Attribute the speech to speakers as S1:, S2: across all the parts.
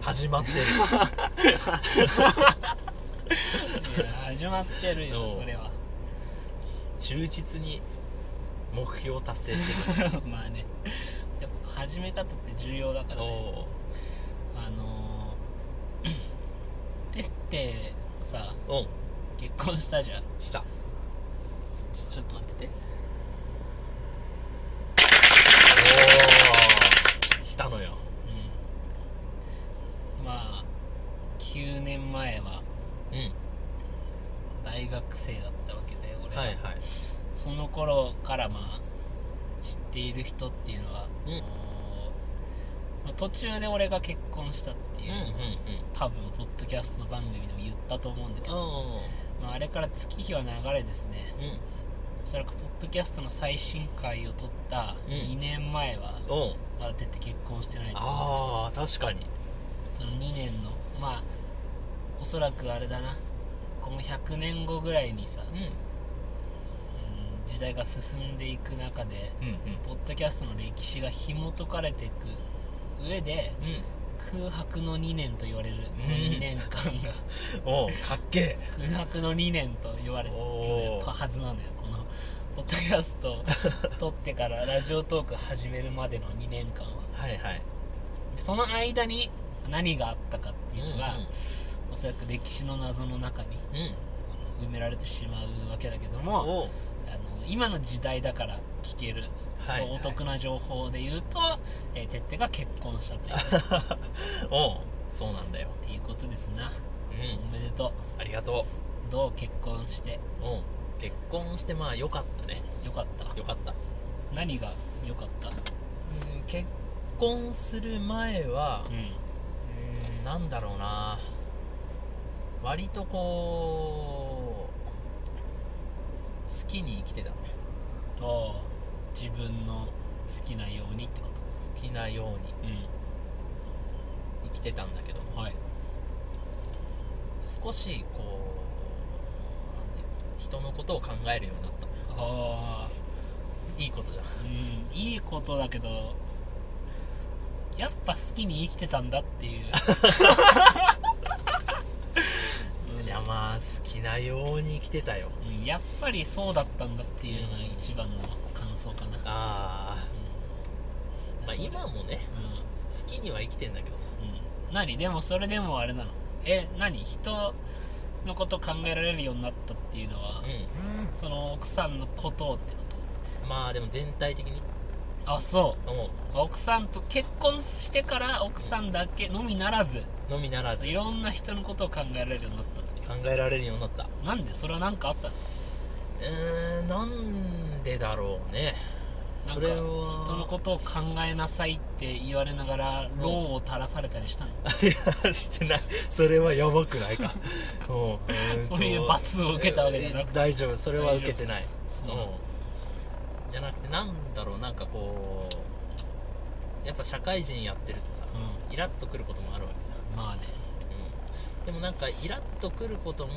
S1: 始まってる
S2: いや始まってるよ
S1: うん
S2: それは
S1: 忠実に目標を達成してる
S2: まあねやっぱ始め方って重要だからね
S1: お
S2: あの ー、てってさ
S1: ーうん
S2: 結婚したじゃん
S1: した
S2: ちょちょっと待ってて
S1: おーしたのよ
S2: うんまあ9年前は
S1: うん
S2: 大学生だったわけで俺は、
S1: はいはい
S2: その頃からまあ知っている人っていうのは、
S1: うん
S2: こうまあ、途中で俺が結婚したっていう、多分ポッドキャスト番組でも言ったと思うんだけ
S1: う
S2: ど、
S1: んうん
S2: まあ、あれから月日は流れですね
S1: うん
S2: おそらくポッドキャストの最新回を撮った
S1: うん
S2: 2年前は、
S1: うん
S2: まだ出て結婚してないと思う
S1: ああ確かに
S2: その2年のまあおそらくあれだなこの100年後ぐらいにさ、
S1: うん
S2: うん時代が進んでいく中で
S1: うん
S2: ポッドキャストの歴史が紐解かれていく上で
S1: うんうん
S2: 空白の2年と言われるこの
S1: うん
S2: 2年間が
S1: おうかっけ
S2: 空白の2年と言われる
S1: おー
S2: はずなのよこのポッドキャストを撮ってからラジオトーク始めるまでの2年間は
S1: えはいはい
S2: でその間に何があったかっていうのが、
S1: うん
S2: おそらく歴史の謎の中に
S1: うん
S2: あの埋められてしまうわけだけど
S1: お
S2: も
S1: う
S2: あの今の時代だから聞ける、
S1: はい
S2: そのお得な情報で言うと、えー、てってが結婚したというっ
S1: おうそうなんだよ
S2: ていうことですな
S1: う
S2: おめでと
S1: ありがと
S2: うどう結婚して
S1: ううん結婚してまあよかったね
S2: よかった
S1: よかった
S2: 何がよかった
S1: うん結婚する前は
S2: うん
S1: うんなんだろうな割とこう好きに生きてたね
S2: おう自分の好きなようにってこと
S1: 好きなように
S2: う
S1: 生きてたんだけど
S2: んはい
S1: 少しこうなんていうの人のことを考えるようになった
S2: ああ
S1: いいことじゃん
S2: うんいいことだけどやっぱ好きに生きてたんだって いう
S1: いやまあ好きなように生きてたよ
S2: うんやっぱりそうだったんだっていうのが一番の感想かな、うん
S1: ああ、まあ、
S2: それ
S1: 今もね
S2: う
S1: 好きには生きてんだけどさ
S2: ん、うん、何でもそれでもあれなのえ何人のこと考えられるようになったっていうのは、
S1: う
S2: その奥さんのことをってこ
S1: んまあでも全体的に
S2: とあそ
S1: も
S2: う奥さんと結婚してから奥さんだけのみならず
S1: うのみならず
S2: いろんな人のことを考えられるようになった
S1: 考えられるようになった
S2: のなんでそれは何かあったの
S1: うーんなんでだろうね
S2: なん
S1: そ
S2: か
S1: れは
S2: 人のことを考えなさいって言われながら
S1: ん
S2: 労を垂らされたりしたの、
S1: いや してないそれはやばくない かうんうーんと
S2: そういう罰を受けたわけじゃなくて
S1: 大丈夫それは受けてない
S2: そう
S1: うんじゃなくてなんだろうなんかこうやっぱ社会人やってるとさ
S2: う
S1: イラッとくることもあるわけじゃん、
S2: んまあね
S1: うん、でもなんかイラッとくることも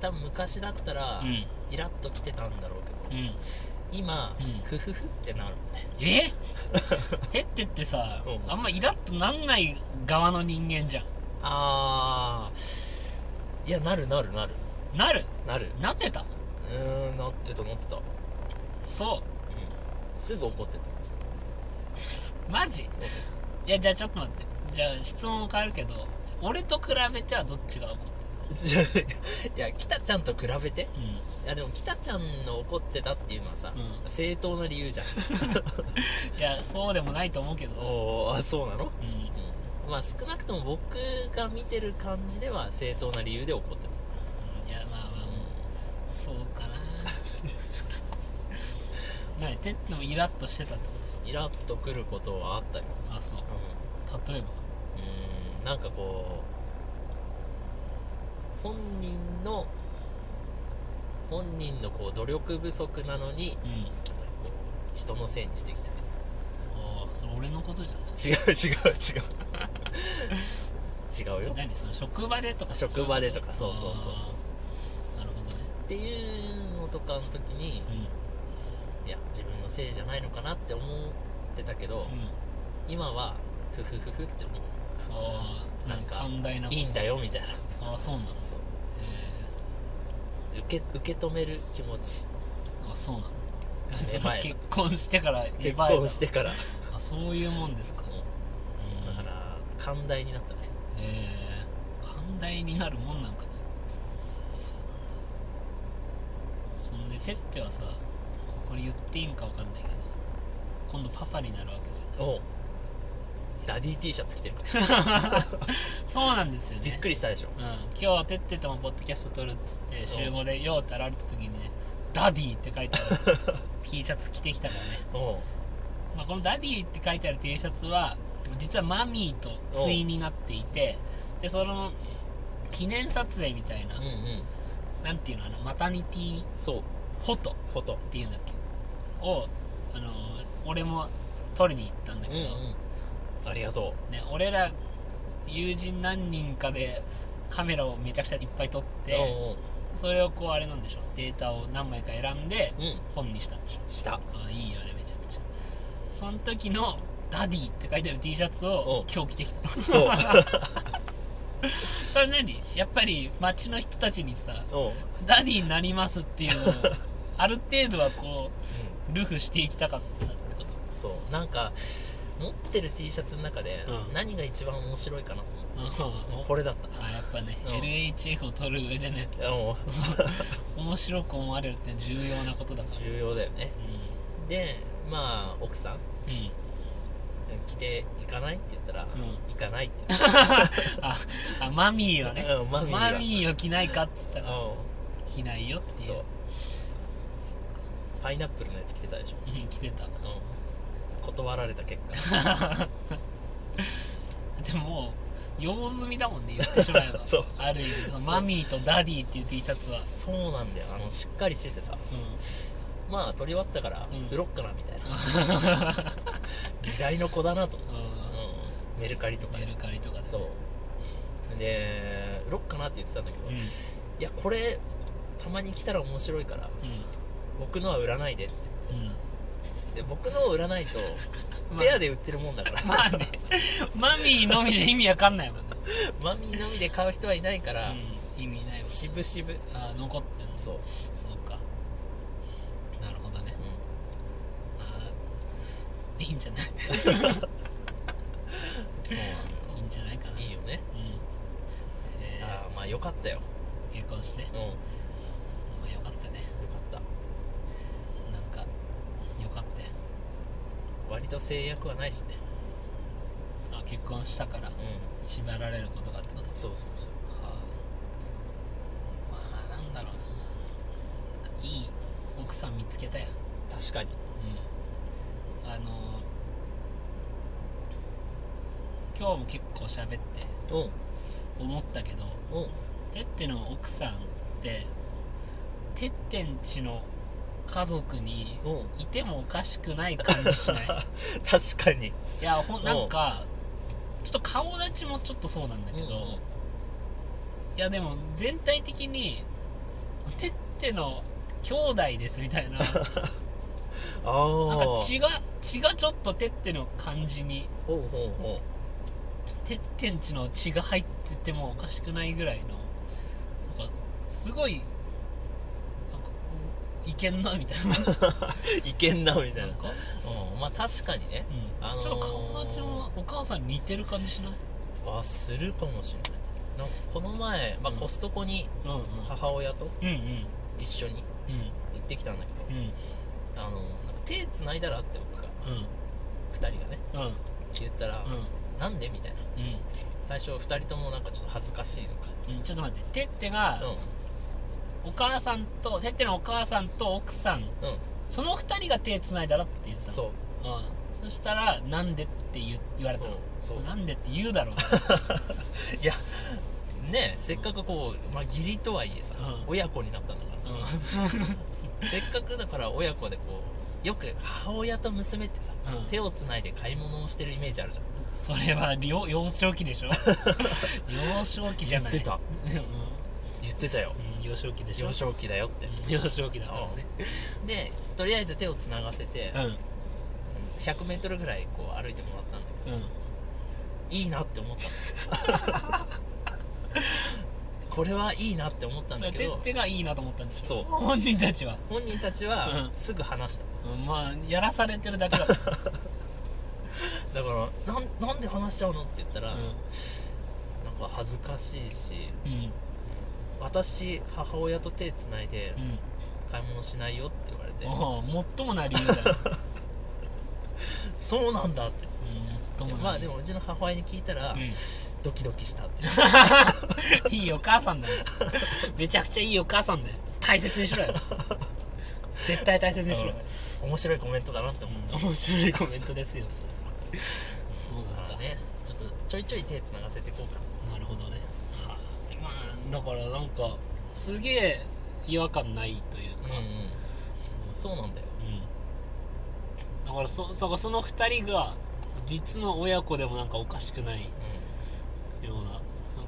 S1: 多分昔だったら、
S2: うん
S1: イラッときてたんだろうけど
S2: うん
S1: 今、
S2: うん
S1: フフフってなるもんね
S2: えてってってさ
S1: うん
S2: あんまイラッとなんない側の人間じゃん
S1: あーいやなるなるなる
S2: なる
S1: なる
S2: なってた
S1: うーんなってたなってた、うん、
S2: そ
S1: すぐ怒ってた
S2: うマジいやじゃあちょっと待ってじゃあ質問を変えるけど俺と比べてはどっちが怒って
S1: じゃあいや北ちゃんと比べて
S2: たう
S1: いやでも北ちゃんの怒ってたっていうのはさ、
S2: うん
S1: 正当な理由じゃん
S2: んいやそうでもないと思うけど
S1: おおあそうなの、
S2: うん
S1: うん、まあ少なくとも僕が見てる感じでは正当な理由で怒ってた
S2: いやまあまあ
S1: うん
S2: そう かな何てってもイラッとしてたってこ
S1: イラッとくることはあったよ、
S2: とあそ
S1: う
S2: う
S1: ん
S2: 例えば
S1: うーんなんかこう本人の本人のこう努力不足なのに
S2: うん
S1: こう人のせいにしてきた
S2: ああそれ俺のことじゃない
S1: 違う違う違う 違うよ
S2: 何その職場でとか
S1: 職場でとかそうそうそうそう
S2: あーなるほどね
S1: っていうのとかの時にいや自分のせいじゃないのかなって思ってたけど、
S2: うんうん
S1: 今はフフフフって思う
S2: あああなんか寛大ない
S1: いんだよみたいな
S2: ああそうなんです
S1: そ
S2: よ
S1: う
S2: え
S1: 受け受け止める気持ち
S2: ー、あそうなんだ
S1: 芽
S2: そ
S1: 生え
S2: の 結婚してから芽
S1: 結
S2: 生えた
S1: 婚してから、
S2: あそういうもんですか
S1: うんだから寛大になったね
S2: えー、寛大になるもんなんかねそうなんだそんでてってはさこれ言っていいんかわかんないけど今度パパになるわけじ ゃん
S1: おうダディ T シャツ着てる から
S2: そうなんですよね
S1: びっくりしたでしょ
S2: うん、今日てってともポッドキャスト撮るっつって集合でようって現れた時にね「ダディ」って書いてある T シャツ着てきたからね、
S1: おう
S2: まあ、この「ダディ」って書いてある T シャツは実はマミーと対になっていてでその記念撮影みたいな、
S1: うんうん
S2: なんていうのあのマタニティ
S1: そう
S2: フォトっ
S1: フォト
S2: ていうんだっけをあの俺も撮りに行ったんだけ
S1: う
S2: ど、
S1: んありがと
S2: ね、俺ら友人何人かでカメラをめちゃくちゃいっぱい撮っ
S1: う
S2: て、
S1: おう
S2: それをこうあれなんでしょデータを何枚か選んで
S1: おううん
S2: 本にしたんでしょ
S1: した
S2: あいいよねめちゃくちゃその時の「ダディ」って書いてある T シャツを
S1: うん
S2: 今日着てきた
S1: そう
S2: それ何やっぱり街の人たちにさ
S1: おう、
S2: 「ダディになります」っていうの をある程度はこうルフしていきたかったってこと
S1: うん、そうなんか持ってる T シャツの中で
S2: うん
S1: 何が一番面白いかなと思
S2: うん
S1: うこれだった
S2: あやっぱね、
S1: うん
S2: LHF を撮る上でね
S1: おう
S2: 面白く思われるって重要なことだから
S1: 重要だよね
S2: う
S1: でまあ奥さん
S2: んうん
S1: 着て行かないって言ったら、
S2: ん
S1: 行かないって言っ
S2: ああマミーをね
S1: た、うん、マミーが
S2: マミーを着ないかっつったら
S1: うん
S2: 着ないよっていう
S1: そうパイナップルのやつ着てたでしょ、
S2: うん着てた
S1: うん、断られた結
S2: でももう用済みだもんね言ってしまえ ば
S1: そう
S2: ある意味マミーとダディっていう T シャツは
S1: 果そうなんだよあのしっかりしててさまあ撮り終わったから
S2: うん
S1: 売ろっかなみたいな、 時代の子だなと思
S2: う
S1: う、
S2: ん、
S1: うん、メルカリと
S2: うん、
S1: か
S2: メ
S1: で
S2: ルカリとかで
S1: そうで売ろっかなって言ってたんだけど、
S2: うん、う
S1: い
S2: ん、
S1: やこれたまに来たら面白いから僕のは売らないでって言って、で僕のを売らない と
S2: まあ
S1: ペアで売ってるもんだから、
S2: まあねマミーのみで意味わかんないもんね、
S1: マミーのみで買う人はいないから、
S2: うん、意味ないもん
S1: しぶしぶ
S2: あ残ってんの
S1: そう、
S2: そうかなるほどねあーいいんじゃない
S1: そうない
S2: いんじゃないかな
S1: のよいいよね
S2: うんえー
S1: ああまあよかったよ
S2: 結婚して
S1: うんよか
S2: まあよかったね
S1: った
S2: なんかよかったよ
S1: 割と制約はないしね
S2: あ結婚したから
S1: うん
S2: 縛られることがあってこと
S1: そうそうそう
S2: はあまあなんだろうななんかいい奥さん見つけたよ
S1: 確かに
S2: うんあの今日も結構喋って
S1: うん
S2: 思ったけど
S1: うん
S2: てっての奥さんっててってんちの家族に
S1: うん
S2: いてもおかしくない感じしない
S1: 確かに
S2: いやほん
S1: うん
S2: なんかちょっと顔立ちもちょっとそうなんだけど、
S1: うんうん
S2: いやでも全体的にそのてっての兄弟ですみたいななんか
S1: ああ
S2: 血が血がちょっとてっての感じに
S1: ほうほうほ
S2: てってんちの血が入っててもおかしくないぐらいのなんかすごいなんかうんいけんなみたいな
S1: ういけんなみたい
S2: なん
S1: な
S2: か、
S1: うんまあ確かにね
S2: うん
S1: あのー
S2: ちょっと顔立ちもお母さんに似てる感じしない
S1: あするかもしれないなんかこの前、まあ、
S2: うん
S1: コストコに
S2: うんうん
S1: 母親と
S2: うん
S1: 一緒に
S2: うん
S1: 行ってきたんだけど、
S2: うんうん
S1: あのなんか手繋いだらって僕が
S2: うん
S1: 2人がね
S2: うん
S1: 言ったら、なんでみたいな
S2: うん
S1: 最初2人ともなんかちょっと恥ずかしいのか
S2: うんちょっと待っててってがお母さんとてってのお母さんと奥さん
S1: うんうん
S2: その二人が手つないだらって言ったの
S1: そう
S2: うん、そしたらなんでって言う言われたの
S1: そうそう
S2: なんでって言う だろう
S1: いやねえせっかくこう、まあ、義理とはいえさ、
S2: うん
S1: 親子になったんだか
S2: な、うん
S1: らせっかくだから親子でこうよく母親と娘ってさ、
S2: うん
S1: 手をつないで買い物をしてるイメージあるじゃん
S2: それは幼幼少 期でしょ幼少期じゃない
S1: 言ってた
S2: うん
S1: 言ってたよ
S2: うん幼少期でしょ
S1: 幼少期だよって、
S2: うん幼少期だからね
S1: でとりあえず手をつながせて
S2: う、ん
S1: 100m ぐらいこう歩いてもらったんだけど
S2: うん
S1: いいなって思ったこれはいいなって思ったん
S2: そ
S1: だ
S2: れ
S1: け
S2: てっ
S1: ど
S2: てがいいなと思ったんです
S1: そう
S2: よ本人たちは
S1: 本人たち
S2: う
S1: は
S2: ん
S1: すぐ話した、
S2: うんまあやらされてるだ けだから、
S1: だからなんなんで話しちゃうのって言ったら、
S2: うん
S1: なんか恥ずかしいし
S2: うん
S1: 私母親と手つないで
S2: うん
S1: 買い物しないよって言われて、
S2: ああ最もな理由だよ、
S1: そうなんだって
S2: うん、最もな理由
S1: まあでもうちの母親に聞いたら、
S2: う
S1: ドキドキしたって
S2: ん、 いいお母さんだよめちゃくちゃいいお母さんだよ大切にし ろよ絶対大切にしろよ
S1: 面白いコメントだなって思った、
S2: 面白いコメントですよそれそうなん
S1: だか
S2: だ
S1: らねちょっとちょいちょい手つながせていこうかな
S2: なるほどねはあまあだからなんかすげえ違和感ないというか、
S1: そうなんだよ
S2: うんだからそそその2人が実の親子でもなんかおかしくないようななん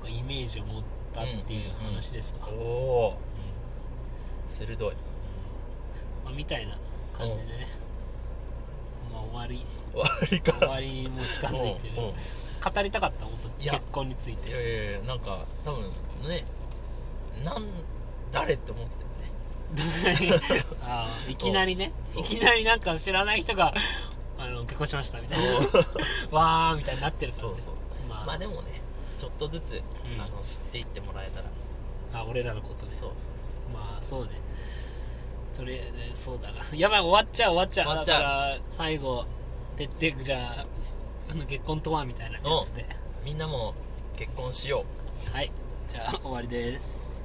S2: かイメージを持ったっていう話ですわ、うん
S1: おお鋭い
S2: まあ、みたいな感じでね、まあ、終わり
S1: 悪いか
S2: 終わりにも近づいてる
S1: うんうん
S2: 語りたかったこと
S1: いや
S2: 結婚につい
S1: い
S2: て
S1: やいやいやなんか多分ねなん誰って思ってたよね
S2: ああいきなりね
S1: そう
S2: いきなりなんか知らない人があの結婚しましたみたい なわーみたいになってるから、
S1: そ
S2: ね、
S1: うそう
S2: まあ、
S1: まあでもねちょっとずつ、
S2: うん
S1: あの知っていってもらえたら
S2: あ俺らのことで
S1: そうそうそ
S2: まあそうねとりあえずそうだなやばい終わっちゃう終わっちゃう
S1: 終わっちゃう
S2: だから最後てってじゃああの結婚とはみたいなやつで
S1: うみんなも結婚しよう
S2: はいじゃあ終わりです